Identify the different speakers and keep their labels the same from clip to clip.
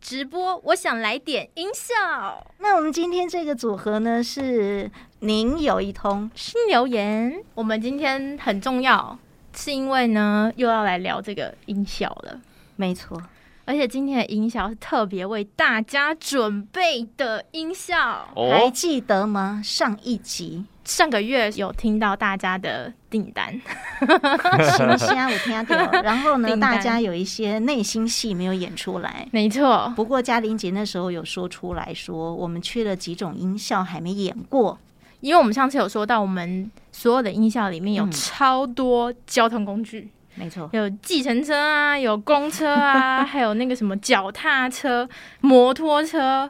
Speaker 1: 直播，我想来点音效。
Speaker 2: 那我们今天这个组合呢是您有一通，
Speaker 1: 新留言，我们今天很重要，是因为呢又要来聊这个音效了，
Speaker 2: 没错，
Speaker 1: 而且今天的音效是特别为大家准备的音效。
Speaker 2: 还
Speaker 3: 哦，
Speaker 2: 记得吗？上一 集
Speaker 1: 上个月有听到大家的订单，
Speaker 2: 行虾我听掉了，然后呢，
Speaker 1: 订单
Speaker 2: 大家有一些内心戏没有演出来。
Speaker 1: 没错，
Speaker 2: 不过嘉玲姐那时候有说出来说，我们缺了几种音效还没演过，
Speaker 1: 因为我们上次有说到，我们所有的音效里面有
Speaker 2: 嗯
Speaker 1: 超多交通工具，
Speaker 2: 没错，
Speaker 1: 有计程车啊，有公车啊， 还有那个什么脚踏车、摩托车，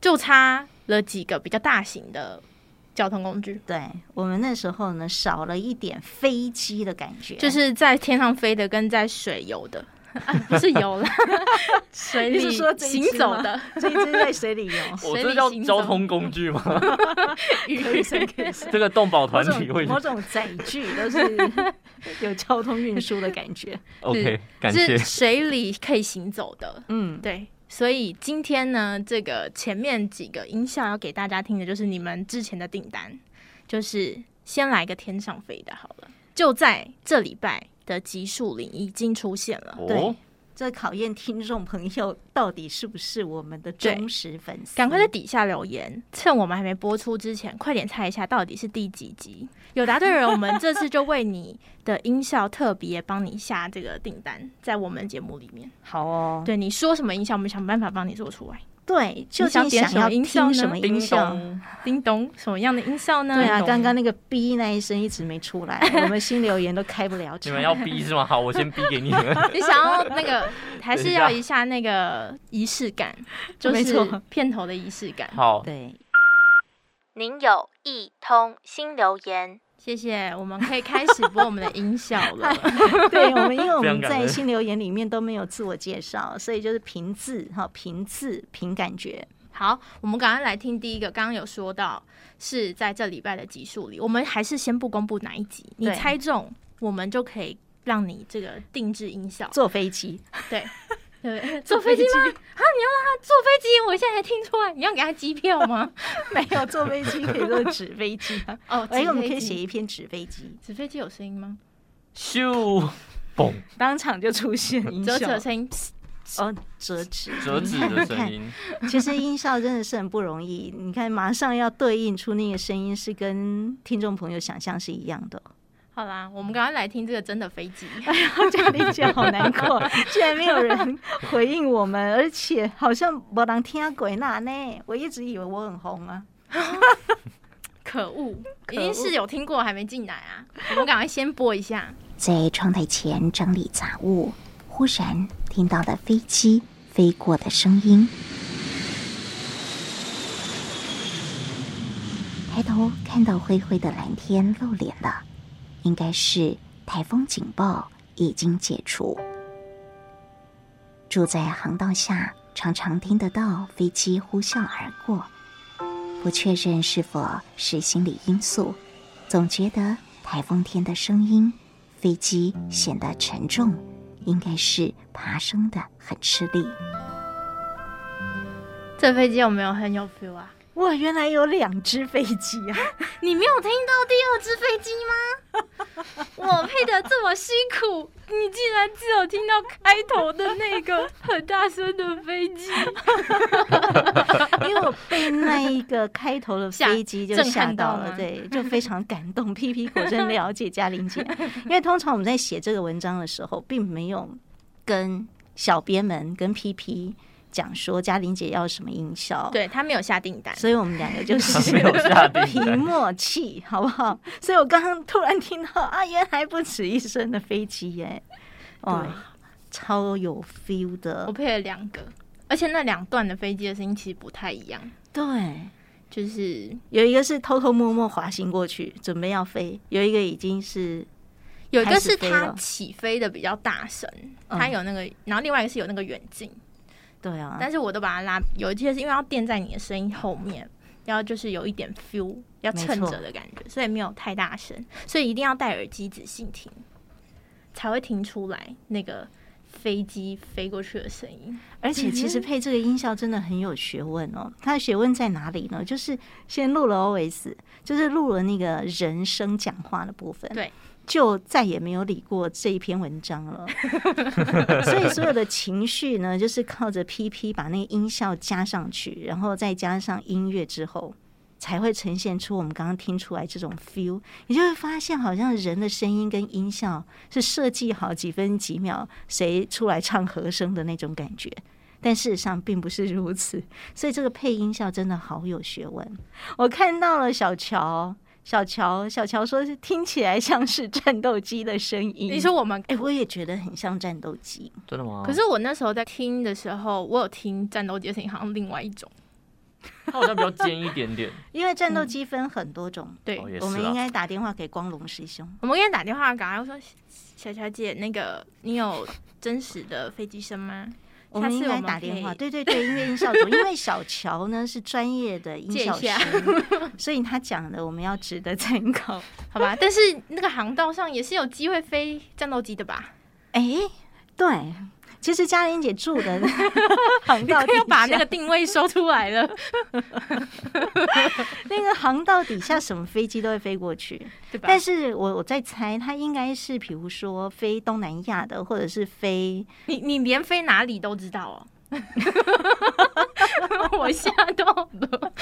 Speaker 1: 就差了几个比较大型的交通工具，
Speaker 2: 对我们那时候呢少了一点飞机的感觉，
Speaker 1: 就是在天上飞的跟在水游的。 啊、不是游啦，水
Speaker 2: 你
Speaker 1: 里
Speaker 2: 是说这一
Speaker 1: 行
Speaker 2: 只
Speaker 1: 走
Speaker 2: 吗
Speaker 1: 的
Speaker 2: 这一只在水里游。
Speaker 3: 我
Speaker 1: 水
Speaker 3: 这
Speaker 1: 里
Speaker 3: 叫
Speaker 1: 行
Speaker 3: 交
Speaker 1: 走
Speaker 3: 通工具吗？
Speaker 1: 鱼，
Speaker 2: 可 以算可以算
Speaker 3: 这个动保
Speaker 2: 某
Speaker 3: 团体
Speaker 2: 种
Speaker 3: 会
Speaker 2: 某种载具都是 有交通运输的感觉。
Speaker 3: OK，感
Speaker 1: 是
Speaker 3: 谢。
Speaker 1: 水里可以行走的，
Speaker 2: 嗯，
Speaker 1: 对，所以今天呢，这个前面几个音效要给大家听的，就是你们之前的订单，就是先来个天上飞的，好了，就在这礼拜的集数里已经出现了。
Speaker 3: 哦
Speaker 2: 对，这考验听众朋友到底是不是我们的忠实粉丝。
Speaker 1: 赶快在底下留言，趁我们还没播出之前，快点猜一下到底是第几集。有答对的人，我们这次就为你的音效特别帮你下这个订单，在我们节目里面，
Speaker 2: 好哦！
Speaker 1: 对你说什么音效，我们想办法帮你做出来。
Speaker 2: 对，究竟
Speaker 1: 点
Speaker 2: 想
Speaker 1: 什么
Speaker 2: 要
Speaker 1: 音
Speaker 2: 听
Speaker 1: 效呢
Speaker 2: 什么音
Speaker 3: 叮
Speaker 2: 效？
Speaker 3: 咚，
Speaker 1: 叮咚，什么样的音效呢？
Speaker 2: 对啊，
Speaker 3: 咚
Speaker 2: 刚刚那个“哔”那一声一直没出 来，我们新留言都开不了
Speaker 3: 你
Speaker 2: 场
Speaker 3: 们。要逼是吗？好，我先逼给你们。
Speaker 1: 你想要那个， 还是要
Speaker 3: 等
Speaker 1: 一下那个仪式感，就
Speaker 2: 没
Speaker 1: 是
Speaker 2: 错
Speaker 1: 片头的仪式感。
Speaker 3: 好，
Speaker 2: 对，
Speaker 4: 您有一通新留言。
Speaker 1: 谢谢，我们可以开始播我们的音效 了。
Speaker 2: 对我们，因为我
Speaker 3: 非
Speaker 2: 们
Speaker 3: 常感
Speaker 2: 在
Speaker 3: 人
Speaker 2: 新留言里面都没有自我介 绍，所以就是凭字哈，凭字凭感觉。
Speaker 1: 好，我们赶快来听第一个。刚刚有说到是在这礼拜的集数里，我们还是先不公布哪一集，你
Speaker 2: 对
Speaker 1: 猜中我们就可以让你这个定制音效。
Speaker 2: 坐飞机，
Speaker 1: 对。 对，坐飞机吗？啊，你要让他坐飞机，我现在还听出来，你要给他机票吗？
Speaker 2: 没有坐飞机，可以坐纸飞机啊。
Speaker 1: 哦，
Speaker 2: 哎，
Speaker 1: 纸
Speaker 2: 我们
Speaker 1: 飞
Speaker 2: 可以
Speaker 1: 机
Speaker 2: 写一篇纸飞机，
Speaker 1: 纸飞机有声音吗？
Speaker 3: 咻，嘣，
Speaker 2: 当场就出现音
Speaker 1: 折
Speaker 2: 效。
Speaker 1: 纸的声音，
Speaker 2: 哦，折纸，
Speaker 3: 折纸的 声音，
Speaker 2: 其实音效真的是很不容易。你看，马上要对应出那个声音，是跟听众朋友想象是一 样的。
Speaker 1: 好啦，我们赶快来听这个真的飞 机。
Speaker 2: 嘉玲姐好难过， 居然没有人回应我们，而且好像没人听鬼那呢。我一直以为我很红啊，
Speaker 1: 可恶，一
Speaker 2: 恶
Speaker 1: 定是有听过还没进来啊！我们赶快先播一下。
Speaker 5: 在窗台前整理杂物，忽然听到了飞机飞过的声音。抬头看到灰灰的蓝天露脸了，应该是台风警报已经解除。住在航道下，常常听得到飞机呼啸而过，不确认是否是心理因素，总觉得台风天的声音飞机显得沉重，应该是爬升的很吃力。
Speaker 1: 这飞机有没有很有 feel 啊？
Speaker 2: 哇，原来有两只飞机啊！
Speaker 1: 你没有听到第二只飞机 吗？我配的这么辛苦，你竟然只有听到开头的那个很大声的飞机，
Speaker 2: 因为我被那一个开头的飞机就
Speaker 1: 吓
Speaker 2: 吓
Speaker 1: 震
Speaker 2: 到
Speaker 1: 撼到
Speaker 2: 了
Speaker 1: 吗，
Speaker 2: 对，就非常感动。P P 果真了解嘉玲姐， 因为通常我们在写这个文章的时候，并没有跟小编们跟 P P 讲说嘉玲姐要什么音效，，
Speaker 1: 对他没有下订单，
Speaker 2: 所以我们两个就
Speaker 3: 他
Speaker 2: 是
Speaker 3: 没有下 订
Speaker 2: 凭
Speaker 3: 单。
Speaker 2: 默契，好不好？所以我刚刚突然听到啊，原来不止一声的飞机耶，哇
Speaker 1: 对，
Speaker 2: 超有 feel
Speaker 1: 我
Speaker 2: 的，
Speaker 1: 配了两个，而且那两段的飞机的声音其实不太一样，
Speaker 2: 对。
Speaker 1: 就是
Speaker 2: 有一个是偷偷摸摸滑行过去，准备要飞；有一个已经是
Speaker 1: 有一个
Speaker 2: 开始
Speaker 1: 是
Speaker 2: 飞
Speaker 1: 它
Speaker 2: 了
Speaker 1: 起飞的比较大声，
Speaker 2: 嗯
Speaker 1: 它有那个，然后另外一个是有那个远近。
Speaker 2: 对啊，
Speaker 1: 但是我都把它拉，有一些是因为要垫在你的声音后面，然后就是有一点 feel，要
Speaker 2: 没
Speaker 1: 衬
Speaker 2: 错
Speaker 1: 着的感觉，所以没有太大声，所以一定要戴耳机仔细听，才会听出来那个飞机飞过去的声音。嗯
Speaker 2: 而且其实配这个音效真的很有学问哦。它的学问在哪里呢？就是先录了 OS，就是录了那个人声讲话的部分，
Speaker 1: 对，
Speaker 2: 就再也没有理过这一篇文章 了。所以所有的情绪呢，就是靠着 PP 把那个音效加上去，然后再加上音乐之后。才会呈现出我们刚刚听出来这种 feel，你就会发现好像人的声音跟音效是设计好几分几秒谁出来唱和声的那种感觉，但事实上并不是如此，所以这个配音效真的好有学问。我看到了小乔，小乔，小乔说是听起来像是战斗机的声音。哦
Speaker 1: 你说，我们
Speaker 2: 哎、我也觉得很像战斗机，
Speaker 3: 真的吗？
Speaker 1: 可是我那时候在听的时候，我有听战斗机的声音，好像另外一种。
Speaker 3: 它好像比较尖一点点。
Speaker 2: 因为
Speaker 1: 嗯
Speaker 2: 战斗机分很多种，
Speaker 1: 对，
Speaker 3: 哦也
Speaker 2: 我
Speaker 3: 是
Speaker 2: 们
Speaker 3: 啊
Speaker 2: 应该打电话给光荣师兄。
Speaker 1: 我们给你打电话，赶快说小小姐，那个你有真实的飞机声吗？
Speaker 2: 我们
Speaker 1: 下
Speaker 2: 应
Speaker 1: 次我
Speaker 2: 该
Speaker 1: 们
Speaker 2: 打
Speaker 1: 可
Speaker 2: 电话，
Speaker 1: 以
Speaker 2: 对对对，音乐音效组，因为小乔呢是专业的音
Speaker 1: 借一
Speaker 2: 效师
Speaker 1: 下，
Speaker 2: 所以他讲的我们要值得参考。
Speaker 1: 好吧，但是那个航道上也是有机会飞战斗机的吧？
Speaker 2: 哎，对，其实嘉玲姐住 的航
Speaker 1: 你
Speaker 2: 道
Speaker 1: 可以
Speaker 2: 底
Speaker 1: 把那
Speaker 2: 下
Speaker 1: 个定位说出来了。
Speaker 2: 那个航道底下，什么飞机都会飞过去。
Speaker 1: 对吧？
Speaker 2: 但是我我在猜，它应该是比如说飞东南亚的，或者是飞
Speaker 1: 你你连飞哪里都知道哦。 我吓到了，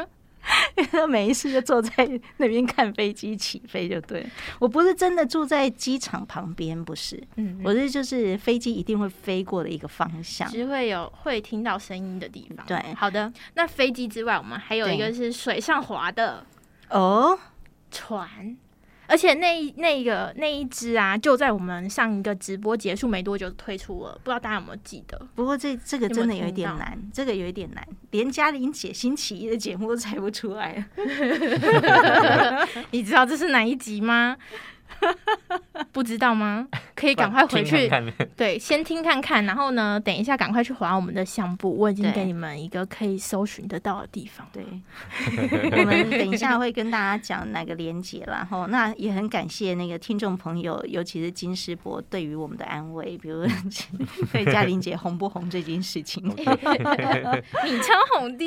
Speaker 2: 每一次就坐在那边看飞机起飞就对了。我不是真的住在机场旁边，不是，
Speaker 1: 嗯
Speaker 2: 我是就是飞机一定会飞过的一个方向。
Speaker 1: 只会有会听到声音的地方。
Speaker 2: 对
Speaker 1: 好的。那飞机之外，我们还有一
Speaker 2: 对
Speaker 1: 个是水上滑的
Speaker 2: 哦，
Speaker 1: 船，而且那一那一个那一只啊，就在我们上一个直播结束没多久就推出了，不知道大家有没有记得？
Speaker 2: 不过这这个
Speaker 1: 有
Speaker 2: 真的
Speaker 1: 没有
Speaker 2: 有一
Speaker 1: 听
Speaker 2: 点
Speaker 1: 到
Speaker 2: 难，这个有一点难，连嘉玲姐星期一的节目都猜不出来。
Speaker 1: 你知道这是哪一集吗？ 不知道吗？可以赶快回去
Speaker 3: 听看看
Speaker 1: 对，先听看看，然后呢，等一下赶快去划我们的相簿，我已经
Speaker 2: 对
Speaker 1: 给你们一个可以搜寻得到的地方。
Speaker 2: 对，我们等一下会跟大家讲哪个连接啦。吼，那也很感谢那个听众朋友，尤其是金师伯对于我们的安慰，比如 对嘉玲姐红不红这件事情。
Speaker 1: 你超红的，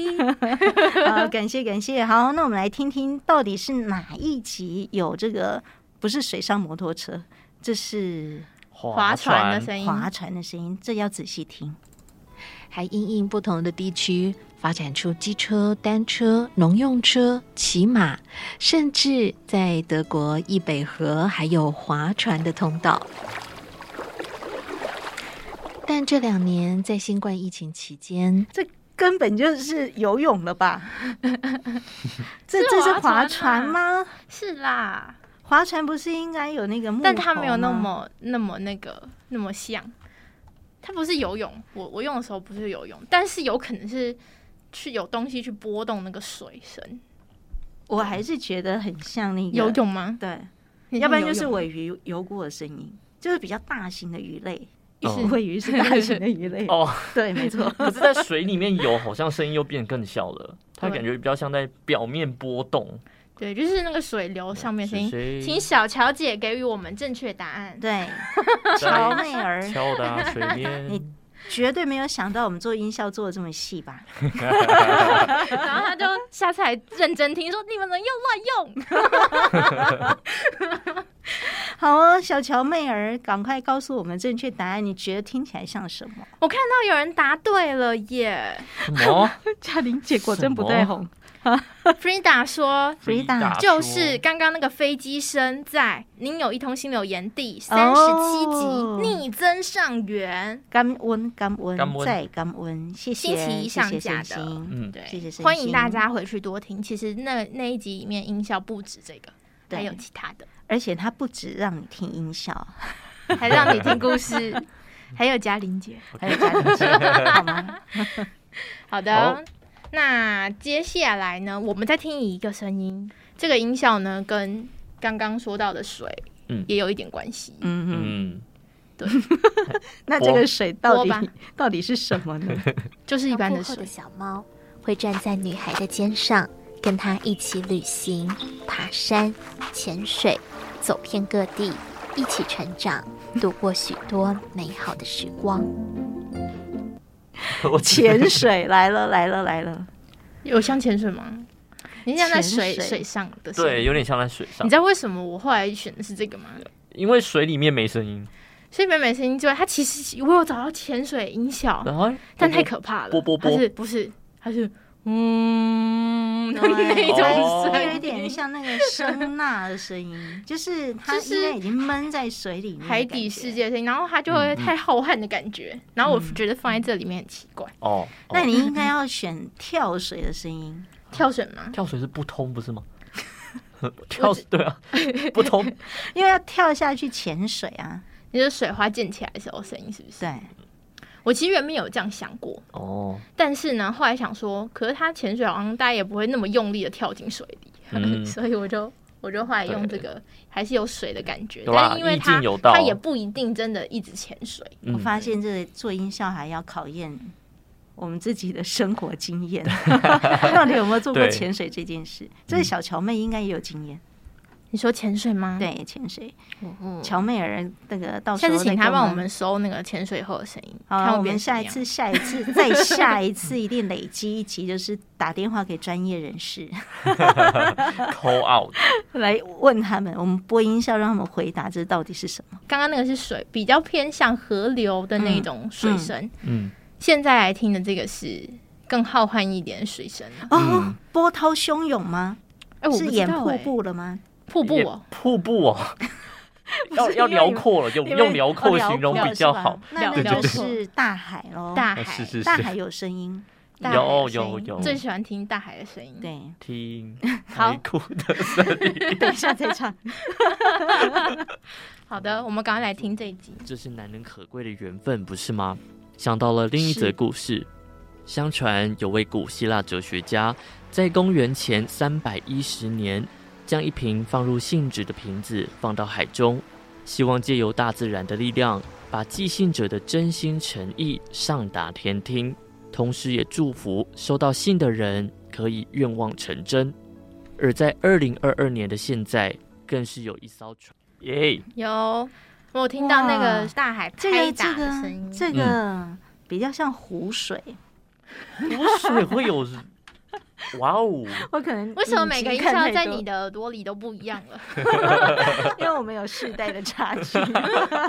Speaker 2: 啊，感谢感谢。好，那我们来听听到底是哪一集有这个不是水上摩托车，这是
Speaker 1: 划船的
Speaker 3: 音。
Speaker 1: 声音，
Speaker 2: 划船的声音，这要仔细听。
Speaker 6: 还因应不同的地区发展出机车、单车、农用车、骑马，甚至在德国易北河还有划船的通道。但这两年在新冠疫情期间，
Speaker 2: 根本就是游泳了吧？ 这
Speaker 1: 是
Speaker 2: 这是
Speaker 1: 划
Speaker 2: 划
Speaker 1: 船
Speaker 2: 船啊吗？
Speaker 1: 是啦，
Speaker 2: 划船不是应该有那个木头吗？
Speaker 1: 但它没有那么那么那个那么像，它不是游泳，我我用的时候不是游泳，但是有可能是去有东西去波动那个水声，
Speaker 2: 我还是觉得很像那个
Speaker 1: 游，泳吗？
Speaker 2: 对，
Speaker 1: 你
Speaker 2: 要不然
Speaker 1: 游
Speaker 2: 就是
Speaker 1: 泳
Speaker 2: 尾鱼游过的声音，就是比较大型的鱼类。
Speaker 3: 哦
Speaker 2: 尾鱼是大型的鱼类，
Speaker 3: 哦，
Speaker 2: 对，没错。
Speaker 3: 可是在水里面游，好像声音又变更小 了，它
Speaker 1: 对
Speaker 3: 感觉比较像在表面波动。
Speaker 1: 对，就是那个水流上面的声音。
Speaker 3: 是谁
Speaker 1: 请小乔姐给予我们正确答案。
Speaker 2: 对，
Speaker 3: 在
Speaker 2: 乔妹儿
Speaker 3: 敲打 水面
Speaker 2: 你，绝对没有想到我们做音效做的这么细吧？
Speaker 1: 然后他就下次还认真听，说你们人又乱用。
Speaker 2: 好哦，小乔妹儿，赶快告诉我们正确答案，你觉得听起来像什么？
Speaker 1: 我看到有人答对了 耶
Speaker 3: 什 么？
Speaker 2: 嘉玲姐果
Speaker 3: 真不对
Speaker 2: 红。
Speaker 1: ！Frida 说，
Speaker 2: Frida
Speaker 1: 就是刚刚那个飞机声在《您有一通新留言》第三十七集
Speaker 2: 哦
Speaker 1: 《逆增上缘
Speaker 2: 感恩感恩
Speaker 3: 感恩
Speaker 2: 再感恩，谢谢，
Speaker 1: 星期一上架的
Speaker 2: 谢谢星星
Speaker 3: 嗯》，，
Speaker 1: 对，
Speaker 2: 谢谢
Speaker 1: 欢迎大家回去多听。其实那那一集里面音效不止这个，
Speaker 2: 对
Speaker 1: 还有其他的，
Speaker 2: 而且它不止让你听音效，
Speaker 1: 还让你听故 事，还有嘉玲姐。
Speaker 2: 还有家庭节目好吗？
Speaker 1: 好的，
Speaker 3: 好
Speaker 1: 那接下来呢，我们再听一个声音，这个音效呢跟刚刚说到的水，
Speaker 3: 嗯
Speaker 1: 也有一点关系。
Speaker 2: 嗯嗯，
Speaker 3: 嗯，
Speaker 2: 那这个水到
Speaker 1: 播吧
Speaker 2: 底到底是什么呢？
Speaker 1: 就是一般的
Speaker 5: 它附后
Speaker 1: 水
Speaker 5: 的，小猫会站在女孩的肩上，跟她一起旅行、爬山、潜水，走遍各地，
Speaker 7: 一起成长，度过许多美好的时光。
Speaker 3: 我只
Speaker 2: 潜水来了，来了，来了。
Speaker 1: 有像潜水吗？你想在水
Speaker 2: 潜水
Speaker 1: 水上的声音
Speaker 3: 对，有点像在水上
Speaker 1: 你知。道为什么我后来选的是这个吗？
Speaker 3: 因为水里面没声音，
Speaker 1: 所以美美声音之外，它其实我有找到潜水音效，
Speaker 3: 然后
Speaker 1: 哦但太可怕了。
Speaker 3: 啵啵啵
Speaker 1: 它是不是？它是嗯
Speaker 2: 对
Speaker 1: 那一
Speaker 3: 哦
Speaker 1: 种
Speaker 2: 它
Speaker 1: 声
Speaker 2: 有
Speaker 1: 音
Speaker 2: 一点像那个声呐的声音， 就是它
Speaker 1: 就是
Speaker 2: 应该已经闷在水里面的感觉，
Speaker 1: 海底世界的
Speaker 3: 嗯
Speaker 1: 声音，然后它就会太浩瀚的感觉，然后我觉得放在这里面很奇怪。
Speaker 3: 哦，哦
Speaker 2: 那你应该要选跳水的声音，
Speaker 1: 跳水吗？
Speaker 3: 跳水是不通不是吗？跳对啊，不通。
Speaker 2: 因为要跳下去潜水啊。
Speaker 1: 你就是水花溅起来的时候声音是不是？
Speaker 2: 对，
Speaker 1: 我其实原本有这样想过，
Speaker 3: 哦，
Speaker 1: 但是呢，后来想说，可是他潜水好像大家也不会那么用力的跳进水里，
Speaker 3: 嗯
Speaker 1: 所以我就我就后来用这
Speaker 3: 对
Speaker 1: 个，还是有水的感觉，
Speaker 3: 有啦
Speaker 1: 但是因为
Speaker 3: 意
Speaker 1: 他
Speaker 3: 境有道
Speaker 1: 他也不一定真的一直潜水，
Speaker 2: 我
Speaker 3: 嗯，
Speaker 2: 发现这个做音效还要考验我们自己的生活经验，到底有没有做过
Speaker 3: 对
Speaker 2: 潜水这件事？这个小乔妹应该也有经验，
Speaker 1: 你说潜水吗？，
Speaker 2: 对潜水，
Speaker 1: 哦、
Speaker 2: 乔妹儿那个到时
Speaker 1: 下
Speaker 2: 候
Speaker 1: 次请
Speaker 2: 再
Speaker 1: 他
Speaker 2: 跟
Speaker 1: 帮我们。搜那个潜水后的声音，
Speaker 2: 好
Speaker 1: 看
Speaker 2: 啊，
Speaker 1: 会
Speaker 2: 我
Speaker 1: 变
Speaker 2: 们
Speaker 1: 什么
Speaker 2: 下一
Speaker 1: 样
Speaker 2: 次、下一 次、再下一次，一定累积一集，就是打电话给专业人士
Speaker 3: call out
Speaker 2: 来问他们，我们播音效让他们回答这到底是什么。
Speaker 1: 刚刚那个是水，比较偏向河流的那种水声，
Speaker 3: 嗯。
Speaker 1: 现在来听的这个是更浩瀚一点的水声啊。
Speaker 2: 哦，
Speaker 3: 嗯
Speaker 2: 波涛汹涌吗？
Speaker 1: 哎、我不知
Speaker 2: 是演
Speaker 1: 道
Speaker 2: 瀑
Speaker 1: 哎
Speaker 2: 布了吗？
Speaker 1: 瀑布
Speaker 3: 也
Speaker 1: 哦，
Speaker 3: 瀑布哦，要要辽阔了，用
Speaker 2: 因为
Speaker 3: 用辽阔
Speaker 2: 哦辽
Speaker 3: 形容比较好。
Speaker 2: 是吧那
Speaker 1: 对
Speaker 2: 那
Speaker 1: 对
Speaker 2: 就
Speaker 1: 对
Speaker 2: 是大海喽，
Speaker 1: 大海，
Speaker 3: 呃是是
Speaker 2: 大海
Speaker 3: 是，
Speaker 2: 有声音，
Speaker 1: 大海
Speaker 3: 有
Speaker 1: 的声
Speaker 3: 有
Speaker 1: 音
Speaker 3: 有，
Speaker 1: 最喜欢听大海的声音。，
Speaker 2: 对，
Speaker 3: 听
Speaker 1: 好
Speaker 3: 海哭的声音，
Speaker 2: 等一下再唱。
Speaker 1: 好的，我们赶快来听这一集。
Speaker 3: 这是难能可贵的缘分，不是吗？想到了另一则故事。相传有位古希腊哲学家，在公元前三百一十年，将一瓶放入信纸的瓶子放到海中，希望借由大自然的力量，把寄信者的真心诚意上达天听，同时也祝福收到信的人可以愿望成真。而在二零二二年的现在，更是有一艘船，耶、
Speaker 1: 有，我有听到那个
Speaker 2: 哇
Speaker 1: 大海
Speaker 2: 这
Speaker 1: 拍
Speaker 2: 个
Speaker 1: 打
Speaker 2: 这
Speaker 1: 的声
Speaker 2: 个
Speaker 1: 音，
Speaker 2: 这
Speaker 3: 嗯
Speaker 2: 个比较像 湖水，
Speaker 3: 湖水会 有，哇哦，
Speaker 2: 我可能
Speaker 1: 为什么每个音
Speaker 2: 音
Speaker 1: 效在你？的耳朵里都不一样了？
Speaker 2: 因为我们有世代的差距。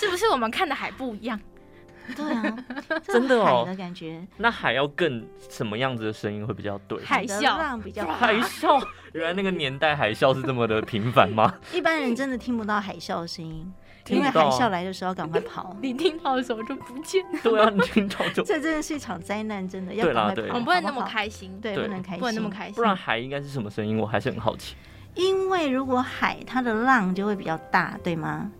Speaker 1: 是不是我们看的海不一样？
Speaker 2: 对啊，
Speaker 3: 真的哦
Speaker 2: 海的感觉，
Speaker 3: 那海要更什么样子的声音会比较对？
Speaker 1: 海
Speaker 2: 的
Speaker 1: 啸
Speaker 2: 浪比较大
Speaker 3: 海啸，原来那个年代海啸是这么的频繁 吗？
Speaker 2: 一般人真的听不到海啸的声音，因
Speaker 3: 听
Speaker 2: 为
Speaker 3: 不
Speaker 2: 海
Speaker 3: 到啊
Speaker 2: 啸来的时候赶快跑。
Speaker 1: 你听到的时候就不见了，
Speaker 3: 对啊，你听到就，
Speaker 2: 这真的是一场灾难，真的要
Speaker 3: 对啦
Speaker 2: 赶快
Speaker 3: 对
Speaker 2: 跑。
Speaker 1: 我们不
Speaker 2: 好
Speaker 1: 能那么
Speaker 2: 好
Speaker 1: 开心，
Speaker 2: 对，
Speaker 3: 对
Speaker 2: 不能开心，
Speaker 1: 不能那么开心，
Speaker 3: 不然海应该是什么声音？我还是很好奇。
Speaker 2: 因为如果海它的浪就会比较大，对吗？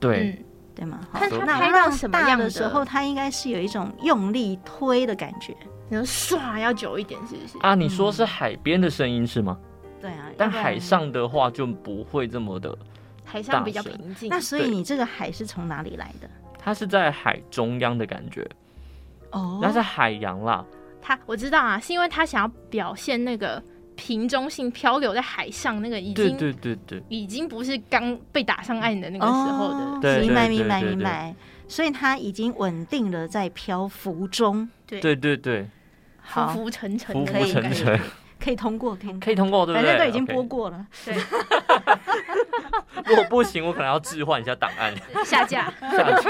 Speaker 3: 对，
Speaker 1: 嗯，
Speaker 2: 对吗？好
Speaker 1: 看
Speaker 3: 它
Speaker 2: 那
Speaker 1: 拍到
Speaker 2: 浪
Speaker 1: 什么
Speaker 2: 大
Speaker 1: 样
Speaker 2: 的
Speaker 1: 的
Speaker 2: 时候，它应该是有一种用力推的感觉。
Speaker 1: 你说唰要久一点，是不是？
Speaker 3: 啊，你说是海边的声音是吗？
Speaker 2: 对啊，
Speaker 3: 但
Speaker 2: 要不然
Speaker 3: 海。上的话就不会这么的，
Speaker 1: 海上比较
Speaker 3: 大声
Speaker 1: 平静。
Speaker 2: 那所以
Speaker 3: 对
Speaker 2: 你这个海是从哪里来的？
Speaker 3: 它是在海中央的感觉，
Speaker 2: 哦
Speaker 3: 那是海洋啦。
Speaker 1: 他我知道啊，是因为他想要表现那个瓶中性漂流在海上那个已经
Speaker 3: 对对对对，
Speaker 1: 已经不是刚被打上岸的那个时候的，
Speaker 2: 哦
Speaker 3: 对对
Speaker 2: 明白
Speaker 3: 对
Speaker 2: 明白
Speaker 3: 对对
Speaker 2: 明白。所以它已经稳定的在漂浮中，
Speaker 1: 对
Speaker 3: 对对对，
Speaker 1: 浮
Speaker 2: 好，
Speaker 1: 浮沉沉
Speaker 3: 浮
Speaker 1: 的
Speaker 3: 浮
Speaker 1: 那种
Speaker 3: 沉
Speaker 1: 感觉。
Speaker 3: 沉，
Speaker 2: 可以通过，可以通过
Speaker 3: 可以通过，对不
Speaker 2: 反
Speaker 3: 对？
Speaker 2: 正都已经
Speaker 3: OK
Speaker 2: 播过了。
Speaker 1: 对，
Speaker 3: 如果不行，我可能要置换一下档案。
Speaker 1: 下架。
Speaker 3: 下去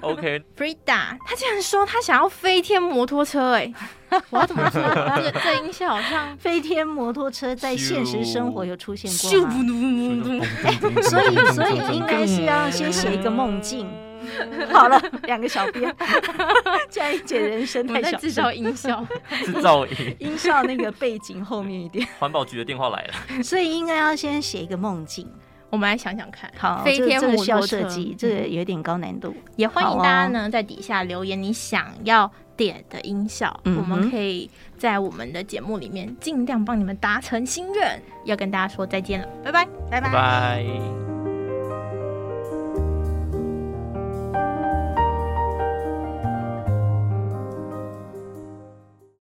Speaker 3: OK，
Speaker 1: Frida，他竟然说他想要飞天摩托车、哎，我要怎么说？这个这音效好像
Speaker 2: 飞天摩托车在现实生活有出现
Speaker 1: 咻
Speaker 2: 过
Speaker 1: 不
Speaker 2: 吗？
Speaker 1: 噜噜噜
Speaker 2: 所以所以哎应该是要先写一个梦境。
Speaker 1: 嗯
Speaker 2: 好了，两个小 编，佳怡姐人生
Speaker 1: 我
Speaker 2: 太
Speaker 1: 们在
Speaker 2: 小
Speaker 1: 制
Speaker 2: 声
Speaker 1: 造，音效，
Speaker 3: 制造音。
Speaker 2: 音效那个背景后面 一点，
Speaker 3: 环保局的电话来了，
Speaker 2: 所以应该要先写一个梦境。
Speaker 1: 我们来想想看。
Speaker 2: 好，
Speaker 1: 飞
Speaker 2: 这个
Speaker 1: 天
Speaker 2: 这
Speaker 1: 摩
Speaker 2: 个需要
Speaker 1: 托车
Speaker 2: 设计，这个有点高难度。啊
Speaker 1: 也欢迎大家呢在底下留言你想要点的音效，
Speaker 2: 嗯哼
Speaker 1: 我们可以在我们的节目里面尽量帮你们达成心愿。要跟大家说再见了，拜拜。
Speaker 2: 拜拜。
Speaker 3: 拜拜。